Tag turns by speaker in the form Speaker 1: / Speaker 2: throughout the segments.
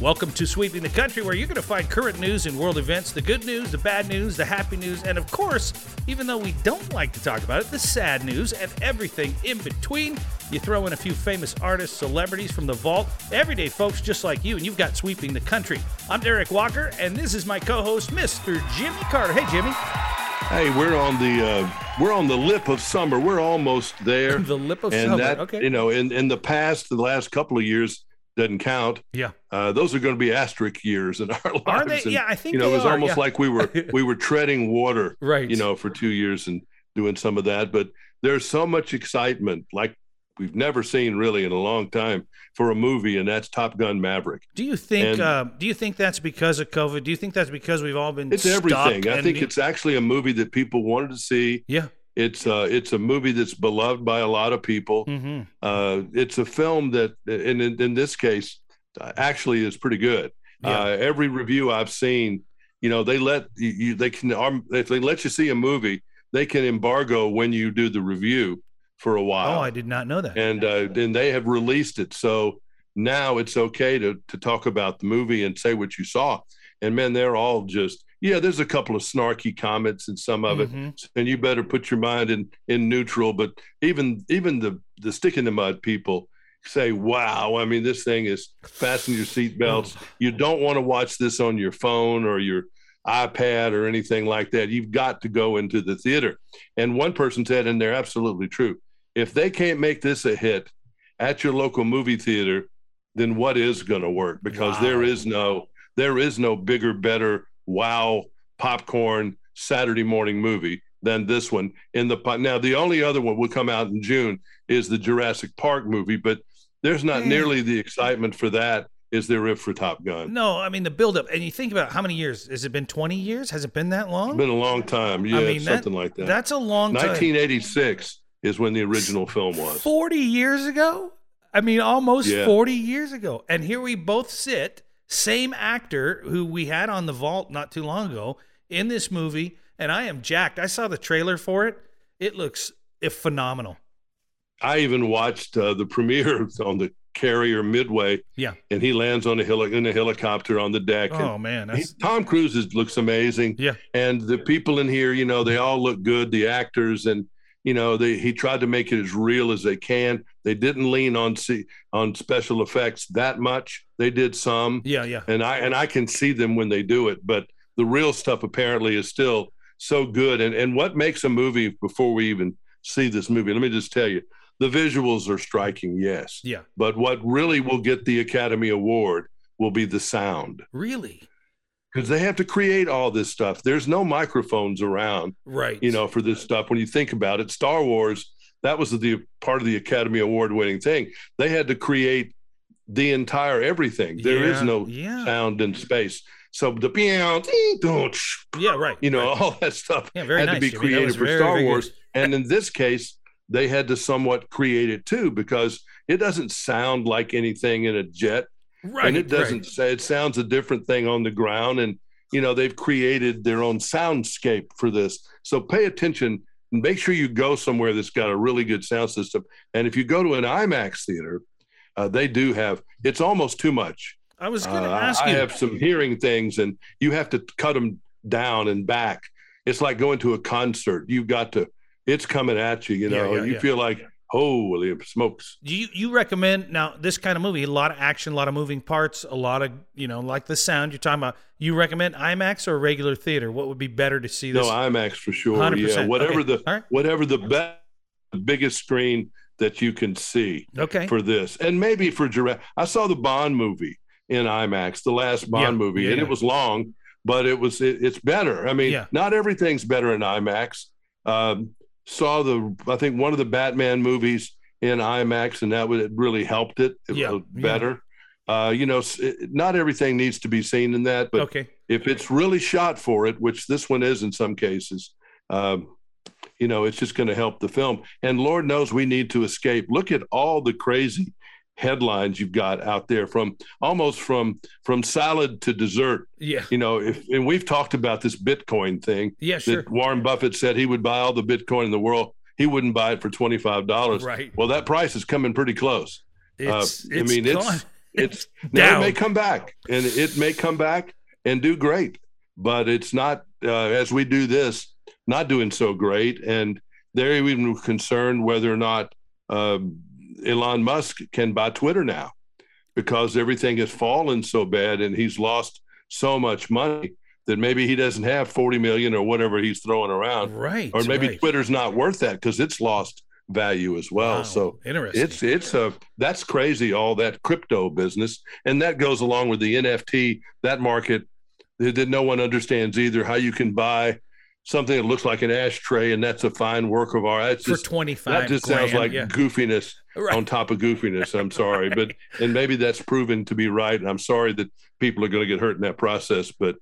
Speaker 1: Welcome to Sweeping the Country, where you're going to find current news and world events, the good news, the bad news, the happy news, and of course, even though we don't like to talk about it, the sad news and everything in between. You throw in a few famous artists, celebrities from the vault, everyday folks just like you, and you've got Sweeping the Country. I'm Derek Walker, and this is my co host, Mr. Jimmy Carter. Hey, Jimmy.
Speaker 2: Hey, we're on the uh, we're on the lip of summer. We're almost there.
Speaker 1: The lip of
Speaker 2: and
Speaker 1: summer.
Speaker 2: That,
Speaker 1: Okay.
Speaker 2: You know, in in the past, the last couple of years doesn't count.
Speaker 1: Yeah.
Speaker 2: Uh, those are going to be asterisk years in our lives.
Speaker 1: Are they?
Speaker 2: And,
Speaker 1: yeah, I think
Speaker 2: you know,
Speaker 1: they
Speaker 2: it was
Speaker 1: are,
Speaker 2: almost
Speaker 1: yeah.
Speaker 2: like we were we were treading water.
Speaker 1: Right.
Speaker 2: You know, for two years and doing some of that, but there's so much excitement, like we've never seen really in a long time for a movie, and that's Top Gun Maverick.
Speaker 1: Do you think?
Speaker 2: And-
Speaker 1: uh, do you think that's because of COVID? Do you think that's because we've all been
Speaker 2: It's
Speaker 1: stuck
Speaker 2: everything. I
Speaker 1: and-
Speaker 2: think it's actually a movie that people wanted to see.
Speaker 1: yeah.
Speaker 2: It's uh, it's a movie that's beloved by a lot of people.
Speaker 1: Mm-hmm.
Speaker 2: uh, it's a film that, and in, in this case, uh, actually is pretty good.
Speaker 1: Yeah.
Speaker 2: Uh, every review I've seen, you know, they let you, you they can um, if they let you see a movie, they can embargo when you do the review for a
Speaker 1: Oh,
Speaker 2: while,
Speaker 1: I did not know that.
Speaker 2: and uh, then they have released it, so now it's okay to to talk about the movie and say what you saw. And man, they're all just yeah. There's a couple of snarky comments in some of it
Speaker 1: Mhm.
Speaker 2: and you better put your mind in in neutral but even even the the stick in the mud people say wow i mean this thing is fasten your seatbelts you don't want to watch this on your phone or your ipad or anything like that you've got to go into the theater and one person said and they're absolutely true if they can't make this a hit at your local movie theater then what is going to work because there
Speaker 1: Wow.
Speaker 2: is no there is no bigger better wow popcorn saturday morning movie than this one in the po- now the only other one will come out in june is the jurassic park movie but there's not
Speaker 1: Mm.
Speaker 2: nearly the excitement for that is there if for top gun
Speaker 1: No, I mean the buildup, and you think about how many years? Has it been twenty years? Has it been that
Speaker 2: it's
Speaker 1: long?
Speaker 2: been a long time yeah
Speaker 1: mean, that-
Speaker 2: something like that
Speaker 1: That's a long time.
Speaker 2: 1986 is when the original film was
Speaker 1: Forty years ago. I mean, almost
Speaker 2: Yeah.
Speaker 1: forty years ago, and here we both sit, same actor who we had on the vault not too long ago in this movie, and I am jacked. I saw the trailer for it. It looks eh, phenomenal.
Speaker 2: I even watched uh, the premiere on the carrier Midway.
Speaker 1: Yeah.
Speaker 2: and he lands on a heli- in a helicopter on the deck.
Speaker 1: Oh man,
Speaker 2: and he-
Speaker 1: that's
Speaker 2: Tom Cruise is, looks amazing.
Speaker 1: Yeah.
Speaker 2: and the people in here, you know, they all look good. The actors and you know, they he tried to make it as real as they can. They didn't lean on C- on special effects that much. They did some,
Speaker 1: yeah, yeah.
Speaker 2: and I and I can see them when they do it. But the real stuff apparently is still so good. And and what makes a movie before we even see this movie? Let me just tell you, the visuals are striking, yes.
Speaker 1: Yeah.
Speaker 2: But what really will get the Academy Award will be the sound
Speaker 1: Really?
Speaker 2: because they have to create all this stuff. There's no microphones around,
Speaker 1: Right.
Speaker 2: you know, for this stuff. When you think about it, Star Wars that was the part of the Academy Award winning thing. They had to create the entire everything. There is
Speaker 1: Yeah,
Speaker 2: no
Speaker 1: Yeah.
Speaker 2: sound in space. So the pew, ding, dong, sh-
Speaker 1: Yeah, right.
Speaker 2: you know,
Speaker 1: right.
Speaker 2: all that stuff
Speaker 1: yeah, very
Speaker 2: had to
Speaker 1: nice,
Speaker 2: be
Speaker 1: Jimmy. That
Speaker 2: created
Speaker 1: was
Speaker 2: for
Speaker 1: very,
Speaker 2: Star
Speaker 1: very good.
Speaker 2: Wars. and in this case, they had to somewhat create it too because it doesn't sound like anything in a jet,
Speaker 1: Right.
Speaker 2: and it doesn't
Speaker 1: right.
Speaker 2: say it sounds a different thing on the ground. And you know, they've created their own soundscape for this. So pay attention and make sure you go somewhere that's got a really good sound system. And if you go to an IMAX theater, uh, they do have. It's almost too much.
Speaker 1: I was going to
Speaker 2: Uh,
Speaker 1: ask
Speaker 2: I
Speaker 1: you.
Speaker 2: have some hearing things, and you have to cut them down and back. It's like going to a concert. You've got to. It's coming at you. You
Speaker 1: Yeah,
Speaker 2: know.
Speaker 1: yeah,
Speaker 2: you
Speaker 1: yeah.
Speaker 2: feel like holy smokes.
Speaker 1: do you, you recommend now this kind of movie? A lot of action, a lot of moving parts, a lot of you know, like the sound you're talking about. You recommend IMAX or regular theater? What would be better to see
Speaker 2: No
Speaker 1: this?
Speaker 2: IMAX for sure.
Speaker 1: 100%.
Speaker 2: Yeah. Whatever
Speaker 1: Okay.
Speaker 2: the
Speaker 1: all right,
Speaker 2: whatever the best, biggest screen that you can see
Speaker 1: okay,
Speaker 2: for this, and maybe for Jurassic. I saw the Bond movie in IMAX, the last Bond
Speaker 1: Yeah,
Speaker 2: movie,
Speaker 1: yeah,
Speaker 2: and
Speaker 1: yeah.
Speaker 2: it was long, but it was it, it's better. I mean,
Speaker 1: Yeah.
Speaker 2: not everything's better in IMAX. Um, saw the I think one of the Batman movies in IMAX, and that would it really helped it. It
Speaker 1: Yeah,
Speaker 2: was
Speaker 1: yeah.
Speaker 2: better. Uh, you know, s- it- not everything needs to be seen in that, but
Speaker 1: okay.
Speaker 2: if it's really shot for it, which this one is in some cases, um, you know, it's just going to help the film. And Lord knows we need to escape. Look at all the crazy headlines you've got out there from almost from from salad to dessert.
Speaker 1: Yeah,
Speaker 2: You know, if and we've talked about this Bitcoin thing
Speaker 1: yeah, sure.
Speaker 2: that Warren Buffett said he would buy all the Bitcoin in the world. He wouldn't buy it for twenty five dollars.
Speaker 1: Right.
Speaker 2: Well, that price is coming pretty close.
Speaker 1: It's,
Speaker 2: uh, I
Speaker 1: it's
Speaker 2: mean, it's-
Speaker 1: gone.
Speaker 2: It's now it may come back, and it may come back and do great, but it's not uh, as we do this, not doing so great, and they're even concerned whether or not um, Elon Musk can buy Twitter now because everything has fallen so bad and he's lost so much money that maybe he doesn't have 40 million or whatever he's throwing around.
Speaker 1: Right.
Speaker 2: uh, Or maybe
Speaker 1: right.
Speaker 2: Twitter's not worth that because it's lost value as well.
Speaker 1: Wow,
Speaker 2: So
Speaker 1: interesting.
Speaker 2: it's it's a that's crazy all that crypto business and that goes along with the NFT that market that that no one understands either how you can buy something that looks like an ashtray and that's a fine work of art. That's
Speaker 1: for
Speaker 2: just,
Speaker 1: twenty five.
Speaker 2: that just sounds like
Speaker 1: yeah.
Speaker 2: goofiness
Speaker 1: Right.
Speaker 2: on top of goofiness. I'm sorry, but and maybe that's proven to be right. And I'm sorry that people are going to get hurt in that process. But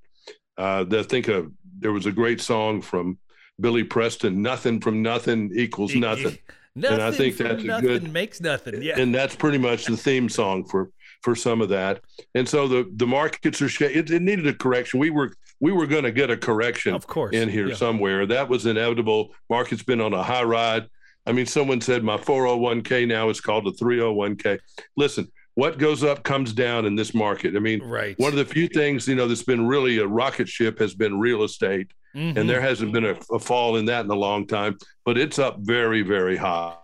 Speaker 2: uh, I think uh there was a great song from Billy Preston: "Nothing from nothing
Speaker 1: E,
Speaker 2: equals nothing,"
Speaker 1: nothing.
Speaker 2: I think
Speaker 1: from
Speaker 2: that's a
Speaker 1: nothing
Speaker 2: good-
Speaker 1: makes nothing. Yeah.
Speaker 2: and that's pretty much the theme song for for some of that. And so the the markets are sh- it, it needed a correction. We were we were going to get a correction
Speaker 1: of course.
Speaker 2: in here
Speaker 1: Yeah.
Speaker 2: somewhere. That was inevitable. Market's been on a high ride. I mean, someone said my 401k now is called a 301k. Listen, what goes up comes down in this market. I mean,
Speaker 1: Right.
Speaker 2: one of the few things, you know, that's been really a rocket ship has been real estate.
Speaker 1: Mhm.
Speaker 2: And there hasn't been a, a fall in that in a long time, but it's up very, very high,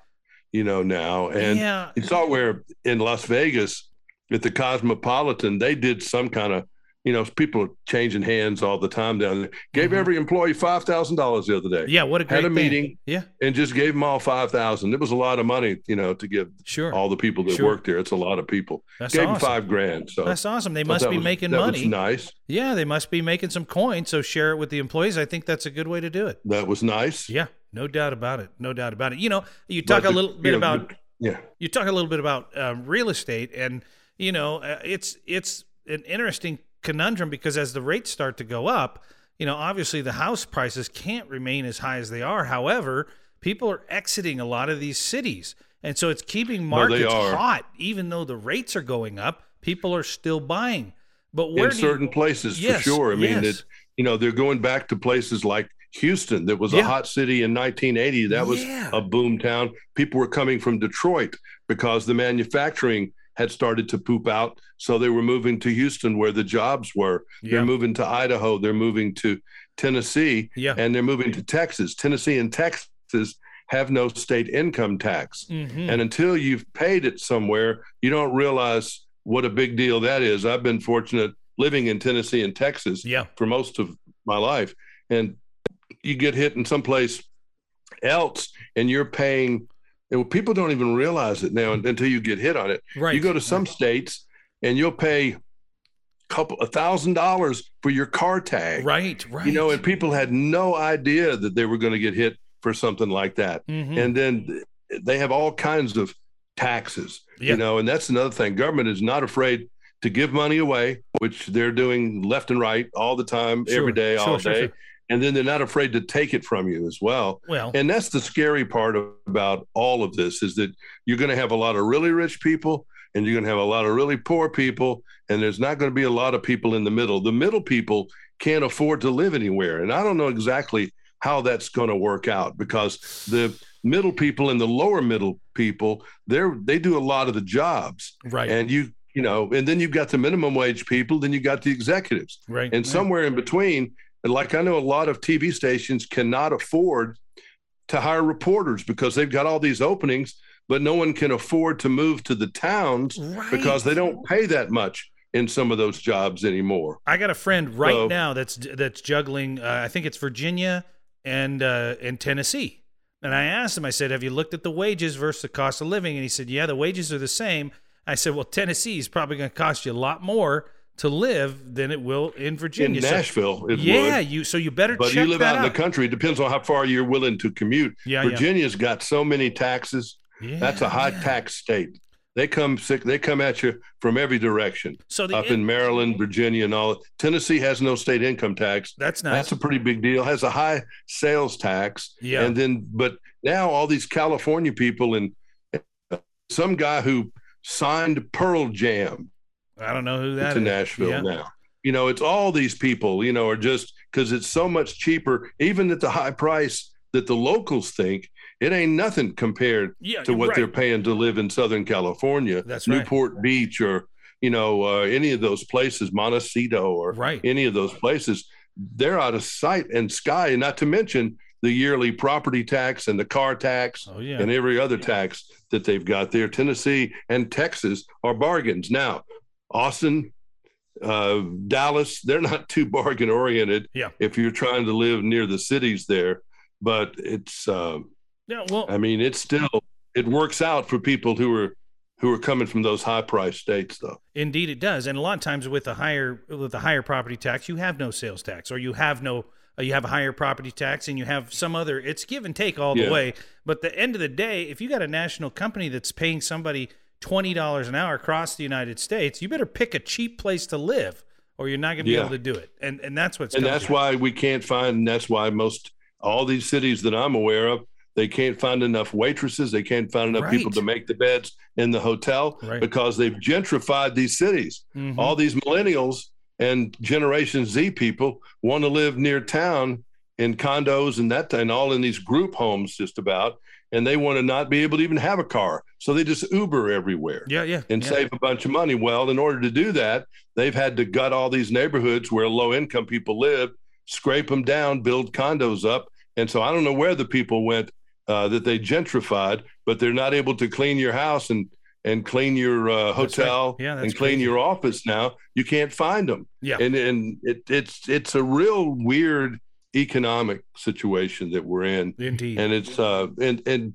Speaker 2: you know, now. And
Speaker 1: yeah.
Speaker 2: you saw where in Las Vegas at the Cosmopolitan, they did some kind of, you know, people are changing hands all the time down there. Gave
Speaker 1: Mhm.
Speaker 2: every employee five thousand dollars the other day,
Speaker 1: Yeah. What a great
Speaker 2: Had
Speaker 1: thing.
Speaker 2: a meeting.
Speaker 1: Yeah.
Speaker 2: and just gave them all five thousand. It was a lot of money, you know, to give
Speaker 1: Sure.
Speaker 2: all the people that
Speaker 1: Sure.
Speaker 2: worked there. It's a lot of people.
Speaker 1: That's
Speaker 2: gave them
Speaker 1: awesome.
Speaker 2: five grand. So
Speaker 1: That's awesome. They
Speaker 2: I thought
Speaker 1: must
Speaker 2: that
Speaker 1: be
Speaker 2: was-
Speaker 1: making
Speaker 2: that was
Speaker 1: money.
Speaker 2: nice.
Speaker 1: Yeah, they must be making some coin. So share it with the employees. I think that's a good way to do it.
Speaker 2: That was nice.
Speaker 1: Yeah, no doubt about it. No doubt about it. You know, you talk
Speaker 2: But
Speaker 1: a
Speaker 2: the-
Speaker 1: little
Speaker 2: you
Speaker 1: bit
Speaker 2: know,
Speaker 1: about
Speaker 2: the- yeah.
Speaker 1: you talk a little bit about um, real estate, and you know, uh, it's it's an interesting conundrum because as the rates start to go up, you know, obviously the house prices can't remain as high as they are. However, people are exiting a lot of these cities, and so it's keeping
Speaker 2: No, they
Speaker 1: markets
Speaker 2: are.
Speaker 1: hot, even though the rates are going up. People are still buying, but where
Speaker 2: in
Speaker 1: do you-
Speaker 2: certain places
Speaker 1: Yes,
Speaker 2: for sure. I mean,
Speaker 1: yes.
Speaker 2: it, you know, they're going back to places like Houston, that was
Speaker 1: Yeah.
Speaker 2: a hot city in 1980. That was
Speaker 1: Yeah.
Speaker 2: a boom town. People were coming from Detroit because the manufacturing had started to poop out. So they were moving to Houston where the jobs were.
Speaker 1: Yeah.
Speaker 2: They're moving to Idaho. They're moving to Tennessee
Speaker 1: yeah.
Speaker 2: and they're moving to Texas. Tennessee and Texas have no state income tax.
Speaker 1: Mhm.
Speaker 2: And until you've paid it somewhere, you don't realize what a big deal that is. I've been fortunate living in Tennessee and Texas
Speaker 1: yeah,
Speaker 2: for most of my life. And you get hit in someplace else and you're paying. And people don't even realize it now until you get hit on it.
Speaker 1: right.
Speaker 2: You go to some states and you'll pay a couple a thousand dollars for your car tag.
Speaker 1: right, right.
Speaker 2: You know, and people had no idea that they were going to get hit for something like that
Speaker 1: Mhm.
Speaker 2: and then they have all kinds of taxes
Speaker 1: Yeah.
Speaker 2: you know and that's another thing government is not afraid to give money away which they're doing left and right all the time
Speaker 1: Sure,
Speaker 2: every day all
Speaker 1: sure, sure,
Speaker 2: day
Speaker 1: sure.
Speaker 2: and then they're not afraid to take it from you as well
Speaker 1: well,
Speaker 2: and that's the scary part of, about all of this is that you're going to have a lot of really rich people and you're going to have a lot of really poor people and there's not going to be a lot of people in the middle the middle people can't afford to live anywhere and i don't know exactly how that's going to work out because the middle people and the lower middle people they're they do a lot of the jobs
Speaker 1: right,
Speaker 2: and you you know and then you've got the minimum wage people then you've got the executives
Speaker 1: right,
Speaker 2: and somewhere in between and like i know a lot of tv stations cannot afford to hire reporters because they've got all these openings but no one can afford to move to the towns
Speaker 1: right.
Speaker 2: because they don't pay that much in some of those jobs anymore
Speaker 1: I got a friend right
Speaker 2: So-
Speaker 1: now that's that's juggling. Uh, I think it's Virginia and uh, and Tennessee. And I asked him. I said, "Have you looked at the wages versus the cost of living?" And he said, "Yeah, the wages are the same." I said, "Well, Tennessee is probably going to cost you a lot more to live than it will in
Speaker 2: in
Speaker 1: Virginia." So-
Speaker 2: nashville it
Speaker 1: yeah,
Speaker 2: would
Speaker 1: you. So you better
Speaker 2: but
Speaker 1: check
Speaker 2: you live
Speaker 1: that
Speaker 2: out in the country it depends on how far you're willing to commute
Speaker 1: yeah, yeah.
Speaker 2: virginia's got so many taxes
Speaker 1: yeah,
Speaker 2: that's a high
Speaker 1: yeah.
Speaker 2: tax state they come sick they come at you from every direction
Speaker 1: So the
Speaker 2: up in maryland virginia and all tennessee has no state income tax
Speaker 1: that's nice.
Speaker 2: That's a pretty big deal. Has a high sales tax.
Speaker 1: Yeah.
Speaker 2: And then, but now all these California people and uh, some guy who signed Pearl Jam
Speaker 1: I don't know who that
Speaker 2: to
Speaker 1: is.
Speaker 2: Nashville
Speaker 1: Yeah.
Speaker 2: now. You know, it's all these people, you know, are just because it's so much cheaper, even at the high price that the locals think, it ain't nothing compared
Speaker 1: Yeah,
Speaker 2: to what
Speaker 1: Uh, right.
Speaker 2: they're paying to live in Southern California,
Speaker 1: That's right.
Speaker 2: Newport Beach or you know, uh, any of those places, Montecito or
Speaker 1: Right.
Speaker 2: any of those places, they're out of sight and sky. And not to mention the yearly property tax and the car tax
Speaker 1: Oh, yeah.
Speaker 2: and every other tax that they've got there. Tennessee and Texas are bargains. Now, Austin, uh, Dallas, they're not too bargain oriented
Speaker 1: Yeah.
Speaker 2: if you're trying to live near the cities there. But it's, uh,
Speaker 1: yeah, well,
Speaker 2: I mean, it's still it works out for people who are who are coming from those high price states, though.
Speaker 1: Indeed, it does, and a lot of times with a higher with a higher property tax, you have no sales tax, or you have no uh, you have a higher property tax, and you have some other. It's give and take all the
Speaker 2: Yeah.
Speaker 1: way. But the end of the day, if you got a national company that's paying somebody twenty dollars an hour across the United States, you better pick a cheap place to live, or you're not going to be
Speaker 2: Yeah.
Speaker 1: able to do it. And and that's what's
Speaker 2: and that's why we can't find and that's why most all these cities that i'm aware of they can't find enough waitresses they can't find enough people
Speaker 1: Right.
Speaker 2: to make the beds in the hotel
Speaker 1: Right. Mm-hmm.
Speaker 2: because they've gentrified these cities all these millennials and generation z people want to live near town in condos and that and all in these group homes just about and they want to not be able to even have a car so they just uber everywhere
Speaker 1: yeah, yeah,
Speaker 2: and
Speaker 1: yeah.
Speaker 2: save a bunch of money. Well, in order to do that, they've had to gut all these neighborhoods where low income people live, scrape them down, build condos up. And so I don't know where the people went uh, that they gentrified, but they're not able to clean your house and and clean your uh,
Speaker 1: That's right.
Speaker 2: hotel
Speaker 1: Yeah, that's
Speaker 2: and clean
Speaker 1: crazy.
Speaker 2: your office. Now you can't find them.
Speaker 1: Yeah.
Speaker 2: and and it, it's it's a real weird economic situation that we're in
Speaker 1: Indeed.
Speaker 2: and it's uh and and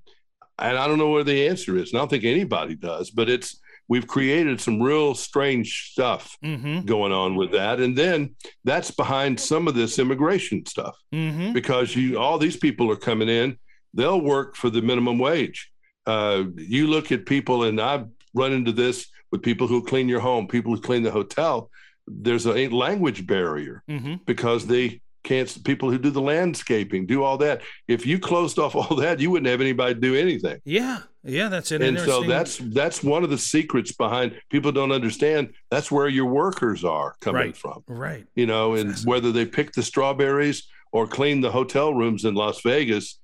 Speaker 2: and I don't know where the answer is. And I don't think anybody does, but it's we've created some real strange stuff
Speaker 1: mm-hmm.
Speaker 2: going on with that. And then that's behind some of this immigration stuff
Speaker 1: Mm-hmm.
Speaker 2: because you all these people are coming in, they'll work for the minimum wage. Uh, you look at people, and I've run into this with people who clean your home, people who clean the hotel. There's a language barrier
Speaker 1: Mm-hmm.
Speaker 2: because they can't people who do the landscaping do all that if you closed off all that you wouldn't have anybody do anything
Speaker 1: Yeah, yeah. That's an
Speaker 2: and so
Speaker 1: interesting-
Speaker 2: that's that's one of the secrets behind people don't understand that's where your workers are coming
Speaker 1: Right.
Speaker 2: from
Speaker 1: right.
Speaker 2: you know and
Speaker 1: Fascinating.
Speaker 2: whether they pick the strawberries or clean the hotel rooms in las vegas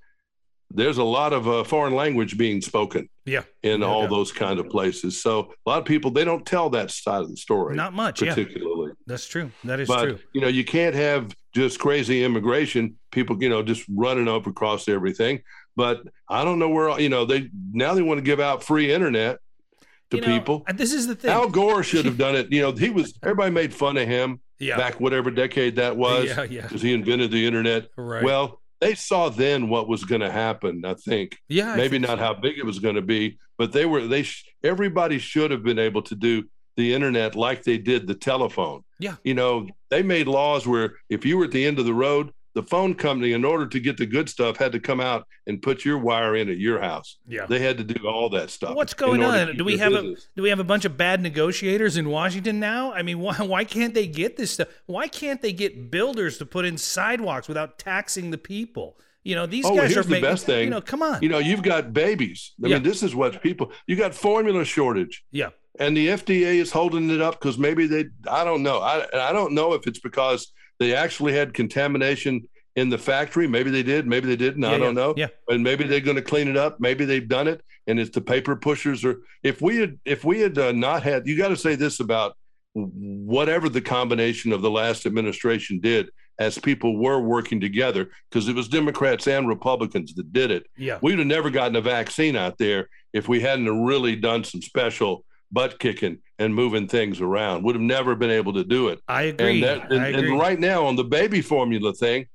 Speaker 2: there's a lot of uh, foreign language being spoken
Speaker 1: Yeah,
Speaker 2: in
Speaker 1: no
Speaker 2: all
Speaker 1: doubt.
Speaker 2: those kind of places so a lot of people they don't tell that side of the story
Speaker 1: not much. Yeah,
Speaker 2: particularly
Speaker 1: that's true. That is
Speaker 2: but
Speaker 1: true.
Speaker 2: you know you can't have just crazy immigration people you know just running up across everything but i don't know where you know they now they want to give out free internet to
Speaker 1: You know,
Speaker 2: people
Speaker 1: and This is the thing.
Speaker 2: al gore should have done it you know he was everybody made fun of him
Speaker 1: yeah.
Speaker 2: back whatever decade that was
Speaker 1: Yeah, yeah.
Speaker 2: because he invented the internet
Speaker 1: Right.
Speaker 2: well they saw then what was going to happen i think
Speaker 1: yeah, I
Speaker 2: maybe
Speaker 1: think
Speaker 2: not
Speaker 1: so.
Speaker 2: how big it was going to be, but they were they sh- everybody should have been able to do the internet like they did the telephone.
Speaker 1: Yeah.
Speaker 2: You know, they made laws where if you were at the end of the road, the phone company in order to get the good stuff had to come out and put your wire in at your house.
Speaker 1: Yeah.
Speaker 2: They had to do all that stuff.
Speaker 1: What's
Speaker 2: in
Speaker 1: going
Speaker 2: order to
Speaker 1: on?
Speaker 2: keep
Speaker 1: Do we
Speaker 2: your
Speaker 1: have a
Speaker 2: business.
Speaker 1: do we have a bunch of bad negotiators in Washington now? I mean, why why can't they get this stuff? Why can't they get builders to put in sidewalks without taxing the people? You know, these
Speaker 2: Oh,
Speaker 1: guys
Speaker 2: here's
Speaker 1: are
Speaker 2: the
Speaker 1: making.
Speaker 2: best
Speaker 1: You
Speaker 2: thing.
Speaker 1: know, come on.
Speaker 2: You know, you've got babies. I
Speaker 1: Yeah.
Speaker 2: mean, this is what people you got formula shortage.
Speaker 1: yeah.
Speaker 2: and the FDA is holding it up because maybe they I don't know I and I don't know if it's because they actually had contamination in the factory maybe they did maybe they didn't
Speaker 1: Yeah,
Speaker 2: I don't
Speaker 1: yeah,
Speaker 2: know
Speaker 1: Yeah.
Speaker 2: and maybe they're going to clean it up maybe they've done it and it's the paper pushers or if we had if we had uh, not had you got to say this about whatever the combination of the last administration did as people were working together because it was Democrats and Republicans that did it
Speaker 1: Yeah.
Speaker 2: we'd have never gotten a vaccine out there if we hadn't have really done some special butt kicking and moving things around. Would have never been able to do it.
Speaker 1: I
Speaker 2: And
Speaker 1: agree.
Speaker 2: that
Speaker 1: I
Speaker 2: and,
Speaker 1: agree.
Speaker 2: and right now on the baby formula thing,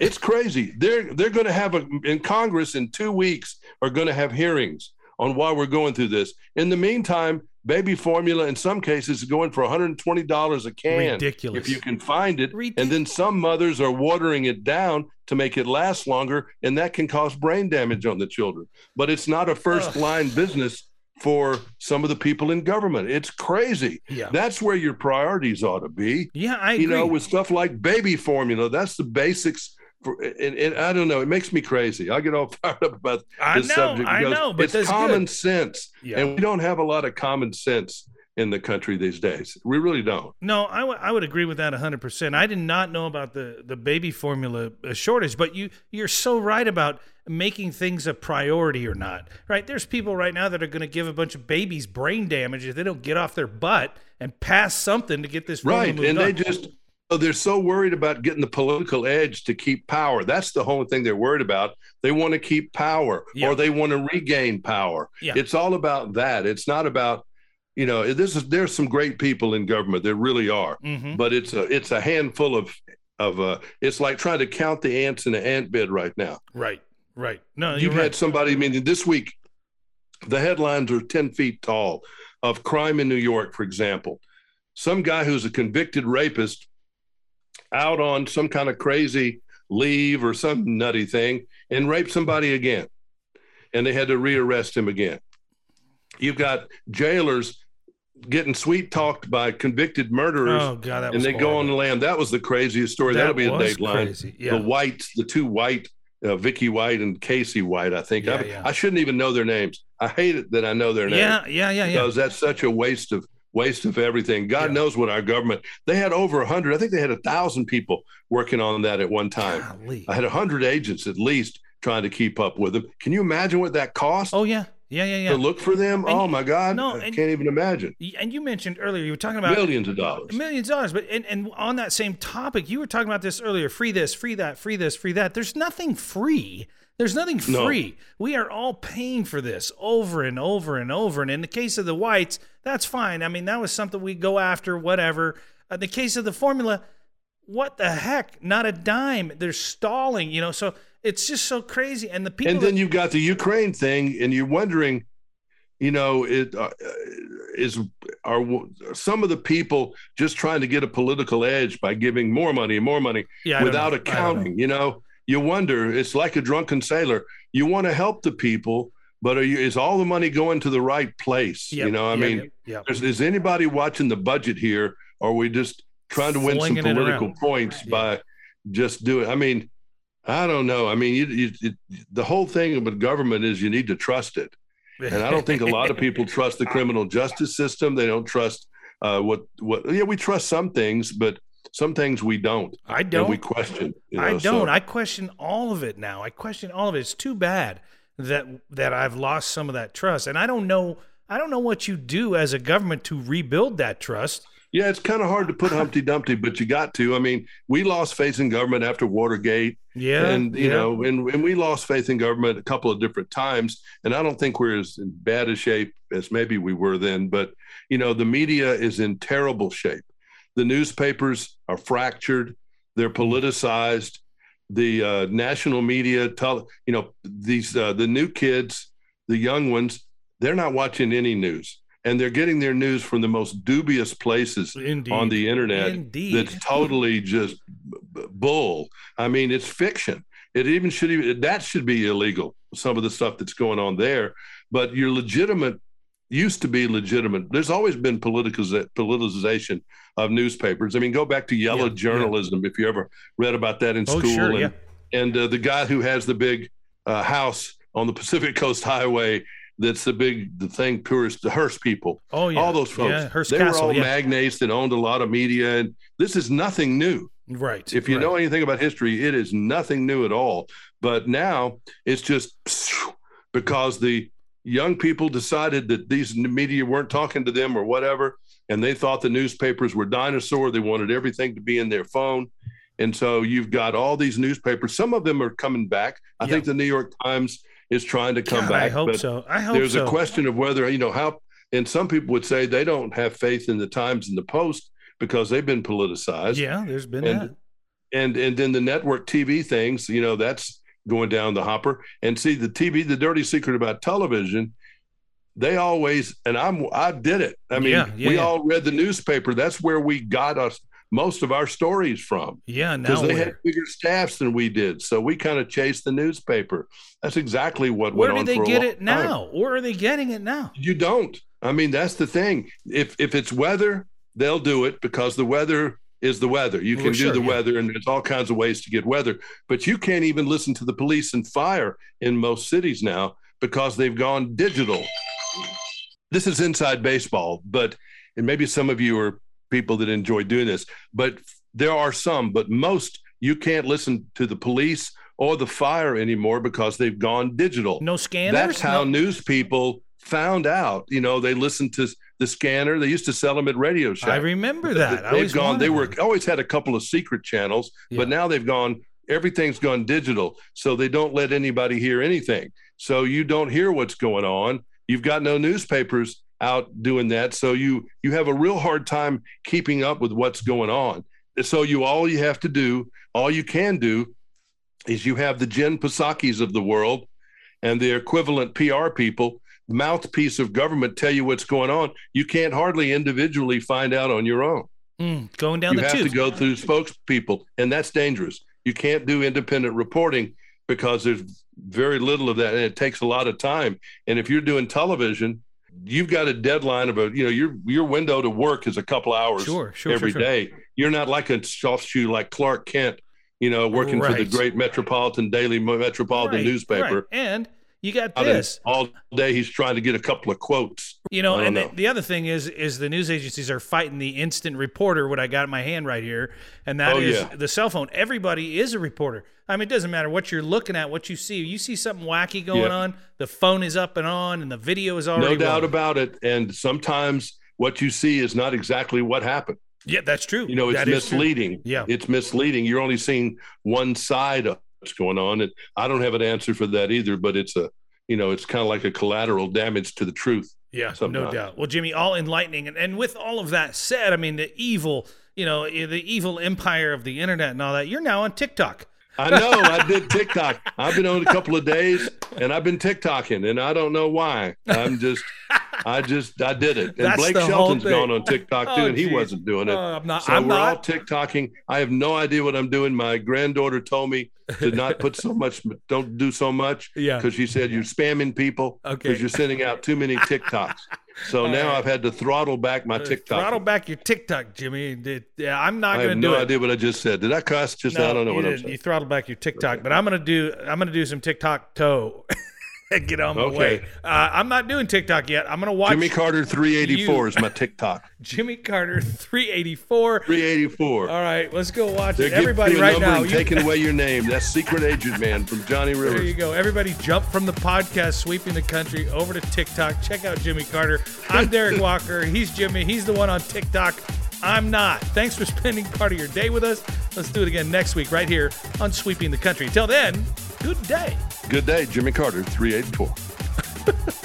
Speaker 2: it's crazy. They're they're going to have a in Congress in two weeks are going to have hearings on why we're going through this. In the meantime, baby formula in some cases is going for one hundred twenty dollars a can
Speaker 1: Ridiculous.
Speaker 2: if you can find it.
Speaker 1: Ridiculous.
Speaker 2: And then some mothers are watering it down to make it last longer, and that can cause brain damage on the children. But it's not a first
Speaker 1: Ugh.
Speaker 2: line business for some of the people in government. It's crazy.
Speaker 1: yeah.
Speaker 2: That's where your priorities ought to be.
Speaker 1: yeah. I agree.
Speaker 2: You know, with stuff like baby formula, that's the basics. For, and, and I don't know, it makes me crazy. I get all fired up about
Speaker 1: I
Speaker 2: this
Speaker 1: know.
Speaker 2: subject.
Speaker 1: I
Speaker 2: because
Speaker 1: know. But
Speaker 2: it's
Speaker 1: that's
Speaker 2: common
Speaker 1: good.
Speaker 2: sense,
Speaker 1: Yeah.
Speaker 2: and we don't have a lot of common sense in the country these days. We really don't.
Speaker 1: No, I would- I would agree with that 100%. I did not know about the, the baby formula uh, shortage, but you, you're so right about making things a priority or not, right? There's people right now that are going to give a bunch of babies brain damage if they don't get off their butt and pass something to get this rule
Speaker 2: right
Speaker 1: moved
Speaker 2: and they
Speaker 1: on.
Speaker 2: just oh, they're so worried about getting the political edge to keep power that's the whole thing they're worried about they want to keep power
Speaker 1: Yeah.
Speaker 2: or they want to regain power
Speaker 1: Yeah.
Speaker 2: it's all about that it's not about you know this is there's some great people in government there really are
Speaker 1: Mhm.
Speaker 2: but it's a it's a handful of of uh it's like trying to count the ants in the ant bed right now
Speaker 1: Right, right. No,
Speaker 2: you've
Speaker 1: Oh, you're right.
Speaker 2: had somebody i mean this week the headlines are 10 feet tall of crime in new york for example some guy who's a convicted rapist out on some kind of crazy leave or some nutty thing and raped somebody again and they had to rearrest him again you've got jailers getting sweet talked by convicted murderers
Speaker 1: Oh god, that
Speaker 2: and
Speaker 1: was
Speaker 2: they go on the
Speaker 1: horrible.
Speaker 2: lam. That was the craziest story.
Speaker 1: That
Speaker 2: That'll be a
Speaker 1: was
Speaker 2: dateline.
Speaker 1: crazy. Yeah.
Speaker 2: The whites, the two white, uh, Vicky White and Casey White, I think.
Speaker 1: Yeah,
Speaker 2: I,
Speaker 1: yeah.
Speaker 2: I shouldn't even know their names. I hate it that I know their names
Speaker 1: Yeah, yeah, yeah, yeah.
Speaker 2: because that's such a waste of waste of everything. God
Speaker 1: Yeah.
Speaker 2: knows what our government. They had over hundred. I think they had a thousand people working on that at one time.
Speaker 1: Golly.
Speaker 2: I had hundred agents at least trying to keep up with them. Can you imagine what that cost
Speaker 1: Oh yeah. Yeah, yeah,
Speaker 2: to
Speaker 1: yeah.
Speaker 2: look for them?
Speaker 1: And-
Speaker 2: oh my God,
Speaker 1: no,
Speaker 2: I
Speaker 1: and-
Speaker 2: can't even imagine.
Speaker 1: Y- And you mentioned earlier you were talking about
Speaker 2: Millions of dollars.
Speaker 1: millions of dollars but and, and on that same topic you were talking about this earlier free this free that free this free that there's nothing free there's nothing
Speaker 2: No.
Speaker 1: free we are all paying for this over and over and over and in the case of the whites that's fine i mean that was something we go after whatever uh, the case of the formula what the heck not a dime they're stalling you know so it's just so crazy and the people
Speaker 2: and then
Speaker 1: that-
Speaker 2: you've got the Ukraine thing, and you're wondering, you know, it uh, is are w- some of the people just trying to get a political edge by giving more money, more money
Speaker 1: yeah, I don't
Speaker 2: without
Speaker 1: know. I don't know.
Speaker 2: accounting. You know, you wonder. It's like a drunken sailor. You want to help the people, but are you, is all the money going to the right place?
Speaker 1: Yep,
Speaker 2: You know, I
Speaker 1: yep,
Speaker 2: mean,
Speaker 1: yep, yep.
Speaker 2: is, is anybody watching the budget here? Or are we just trying to win some
Speaker 1: Flinging it
Speaker 2: political
Speaker 1: around.
Speaker 2: points
Speaker 1: Yeah.
Speaker 2: by just doing? I mean, I don't know. I mean, you, you, it, the whole thing with government is you need to trust it, and I don't think a lot of people trust the criminal justice system. They don't trust uh, what what. Yeah, we trust some things, but some things we don't,
Speaker 1: i don't
Speaker 2: and we question. you
Speaker 1: I
Speaker 2: know,
Speaker 1: don't.
Speaker 2: so-
Speaker 1: I question all of it now. I question all of it. It's too bad that that I've lost some of that trust, and I don't know. I don't know what you do as a government to rebuild that trust.
Speaker 2: Yeah, it's kind of hard to put Humpty Dumpty, but you got to. I mean, we lost faith in government after Watergate.
Speaker 1: Yeah,
Speaker 2: and you
Speaker 1: yeah.
Speaker 2: know and, and we lost faith in government a couple of different times and i don't think we're as in bad a shape as maybe we were then but you know the media is in terrible shape the newspapers are fractured they're politicized the uh, national media tell you know these uh, the new kids the young ones they're not watching any news and they're getting their news from the most dubious places
Speaker 1: indeed.
Speaker 2: on the internet
Speaker 1: indeed.
Speaker 2: that's totally just b- b- bull. I mean, it's fiction. It even should even that should be illegal. Some of the stuff that's going on there, but your legitimate used to be legitimate. There's always been politiciz- politicization of newspapers. I mean, go back to yellow
Speaker 1: Yeah, yeah.
Speaker 2: journalism if you ever read about that in
Speaker 1: Oh,
Speaker 2: school.
Speaker 1: sure,
Speaker 2: and
Speaker 1: yeah.
Speaker 2: and uh, the guy who has the big uh, house on the Pacific Coast Highway. That's the big the thing tourists the Hearst people
Speaker 1: oh yeah,
Speaker 2: all those folks.
Speaker 1: Yeah, Hearst
Speaker 2: they
Speaker 1: Castle.
Speaker 2: were all
Speaker 1: yeah.
Speaker 2: magnates that owned a lot of media, and this is nothing new.
Speaker 1: right.
Speaker 2: If you
Speaker 1: right.
Speaker 2: know anything about history, it is nothing new at all. But now it's just phew, because the young people decided that these n- media weren't talking to them or whatever, and they thought the newspapers were dinosaur. They wanted everything to be in their phone. And so you've got all these newspapers. Some of them are coming back. I
Speaker 1: Yeah.
Speaker 2: think the New York Times is trying to come
Speaker 1: God,
Speaker 2: back.
Speaker 1: I hope
Speaker 2: but
Speaker 1: so. I hope
Speaker 2: there's
Speaker 1: so.
Speaker 2: a question of whether you know how and some people would say they don't have faith in the times and the post because they've been politicized
Speaker 1: Yeah, there's been
Speaker 2: and-
Speaker 1: that.
Speaker 2: and and then the network tv things you know that's going down the hopper and see the tv the dirty secret about television they always and i'm i did it i mean
Speaker 1: Yeah, yeah,
Speaker 2: we
Speaker 1: yeah.
Speaker 2: all read the newspaper that's where we got us most of our stories from
Speaker 1: Yeah, now
Speaker 2: because they
Speaker 1: where?
Speaker 2: had bigger staffs than we did so we kind of chased the newspaper that's exactly what
Speaker 1: Where
Speaker 2: went
Speaker 1: do
Speaker 2: on
Speaker 1: they
Speaker 2: for a
Speaker 1: get
Speaker 2: long
Speaker 1: it
Speaker 2: time.
Speaker 1: now? Where are they getting it now?
Speaker 2: You don't. I mean, that's the thing. If if it's weather, they'll do it because the weather is the weather. You can
Speaker 1: Well,
Speaker 2: do
Speaker 1: Oh, sure,
Speaker 2: the
Speaker 1: yeah.
Speaker 2: weather, and there's all kinds of ways to get weather. But you can't even listen to the police and fire in most cities now because they've gone digital. This is inside baseball, but and maybe some of you are people that enjoy doing this, but there are some, but most you can't listen to the police or the fire anymore because they've gone digital.
Speaker 1: No scanners.
Speaker 2: That's how
Speaker 1: No-
Speaker 2: news people found out. You know, they listened to the scanner. They used to sell them at radio shops.
Speaker 1: I remember
Speaker 2: Th-
Speaker 1: that. I
Speaker 2: They've
Speaker 1: always
Speaker 2: gone. They were
Speaker 1: wanted
Speaker 2: always had a couple of secret channels, but now they've gone. Everything's gone digital, so they don't let anybody hear anything. So you don't hear what's going on. You've got no newspapers out doing that, so you you have a real hard time keeping up with what's going on. So you all you have to do, all you can do, is you have the Jen Psakis of the world and the equivalent PR people mouthpiece of government tell you what's going on. You can't hardly individually find out on your own
Speaker 1: that. Mm, going down
Speaker 2: you
Speaker 1: the
Speaker 2: have
Speaker 1: tube.
Speaker 2: to go through spokespeople, and that's dangerous. You can't do independent reporting because there's very little of that, and it takes a lot of time. And if you're doing television, you've got a deadline of a you know your your window to work is a couple hours every
Speaker 1: sure, sure, sure, sure.
Speaker 2: day. You're not like a soft shoe like Clark Kent, you know, working for
Speaker 1: Right.
Speaker 2: the great Metropolitan Daily Metropolitan
Speaker 1: Right, right.
Speaker 2: newspaper.
Speaker 1: And you got
Speaker 2: Out in-
Speaker 1: this.
Speaker 2: All day he's trying to get a couple of quotes.
Speaker 1: You know,
Speaker 2: I
Speaker 1: and
Speaker 2: don't
Speaker 1: the,
Speaker 2: know.
Speaker 1: the other thing is, is the news agencies are fighting the instant reporter. What I got in my hand right here, and that
Speaker 2: Oh,
Speaker 1: is
Speaker 2: yeah.
Speaker 1: the cell phone. Everybody is a reporter. I mean, it doesn't matter what you're looking at, what you see. You see something wacky going
Speaker 2: Yeah.
Speaker 1: on, the phone is up and on, and the video is already
Speaker 2: No doubt
Speaker 1: rolling.
Speaker 2: about it. And sometimes what you see is not exactly what happened.
Speaker 1: Yeah, that's true.
Speaker 2: You know, it's
Speaker 1: That is true.
Speaker 2: misleading.
Speaker 1: Yeah,
Speaker 2: it's misleading. You're only seeing one side of what's going on, and I don't have an answer for that either. But it's a, you know, it's kind of like a collateral damage to the truth.
Speaker 1: Yeah, no
Speaker 2: sometimes.
Speaker 1: doubt. Well, Jimmy, all enlightening, and, and with all of that said, I mean the evil, you know, i- the evil empire of the internet and all that. You're now on TikTok.
Speaker 2: I know. I did TikTok. I've been on a couple of days, and I've been TikToking, and I don't know why. I'm just, I just, I did it. And
Speaker 1: That's
Speaker 2: Blake
Speaker 1: the whole
Speaker 2: Shelton's
Speaker 1: thing.
Speaker 2: gone on TikTok too,
Speaker 1: Oh,
Speaker 2: and he
Speaker 1: geez.
Speaker 2: wasn't doing it.
Speaker 1: Oh, I'm not.
Speaker 2: So
Speaker 1: I'm
Speaker 2: we're all
Speaker 1: not.
Speaker 2: TikToking. I have no idea what I'm doing. My granddaughter told me to not put so much, don't do so much.
Speaker 1: yeah.
Speaker 2: because she said you're spamming people because
Speaker 1: Okay.
Speaker 2: you're sending out too many TikToks. So
Speaker 1: All
Speaker 2: now
Speaker 1: right.
Speaker 2: I've had to throttle back my
Speaker 1: Uh,
Speaker 2: TikTok.
Speaker 1: Throttle back your TikTok, Jimmy. Did- Yeah, I'm not
Speaker 2: I have
Speaker 1: going to
Speaker 2: no
Speaker 1: do it.
Speaker 2: idea what I just said. Did I cuss? Just I don't know
Speaker 1: you
Speaker 2: what I'm
Speaker 1: didn't. You
Speaker 2: saying.
Speaker 1: throttle back your TikTok, but I'm going to do. I'm going to do some TikTok toe. Get on my
Speaker 2: Okay.
Speaker 1: way. Uh, I'm not doing TikTok yet. I'm going to watch
Speaker 2: Jimmy Carter 384 is my TikTok.
Speaker 1: Jimmy Carter 384.
Speaker 2: 384.
Speaker 1: All right, let's go watch
Speaker 2: They're
Speaker 1: it.
Speaker 2: giving
Speaker 1: Everybody,
Speaker 2: you a
Speaker 1: right
Speaker 2: number
Speaker 1: now,
Speaker 2: and
Speaker 1: you-
Speaker 2: taking away your name. That's Secret Agent Man from Johnny
Speaker 1: There you
Speaker 2: Rivers.
Speaker 1: go. Everybody jump from the podcast sweeping the country over to TikTok. Check out Jimmy Carter. I'm Derek Walker. He's Jimmy. He's the one on TikTok. I'm not. Thanks for spending part of your day with us. Let's do it again next week right here on Sweeping the Country. Till then, good day.
Speaker 2: Good day, Jimmy Carter 384.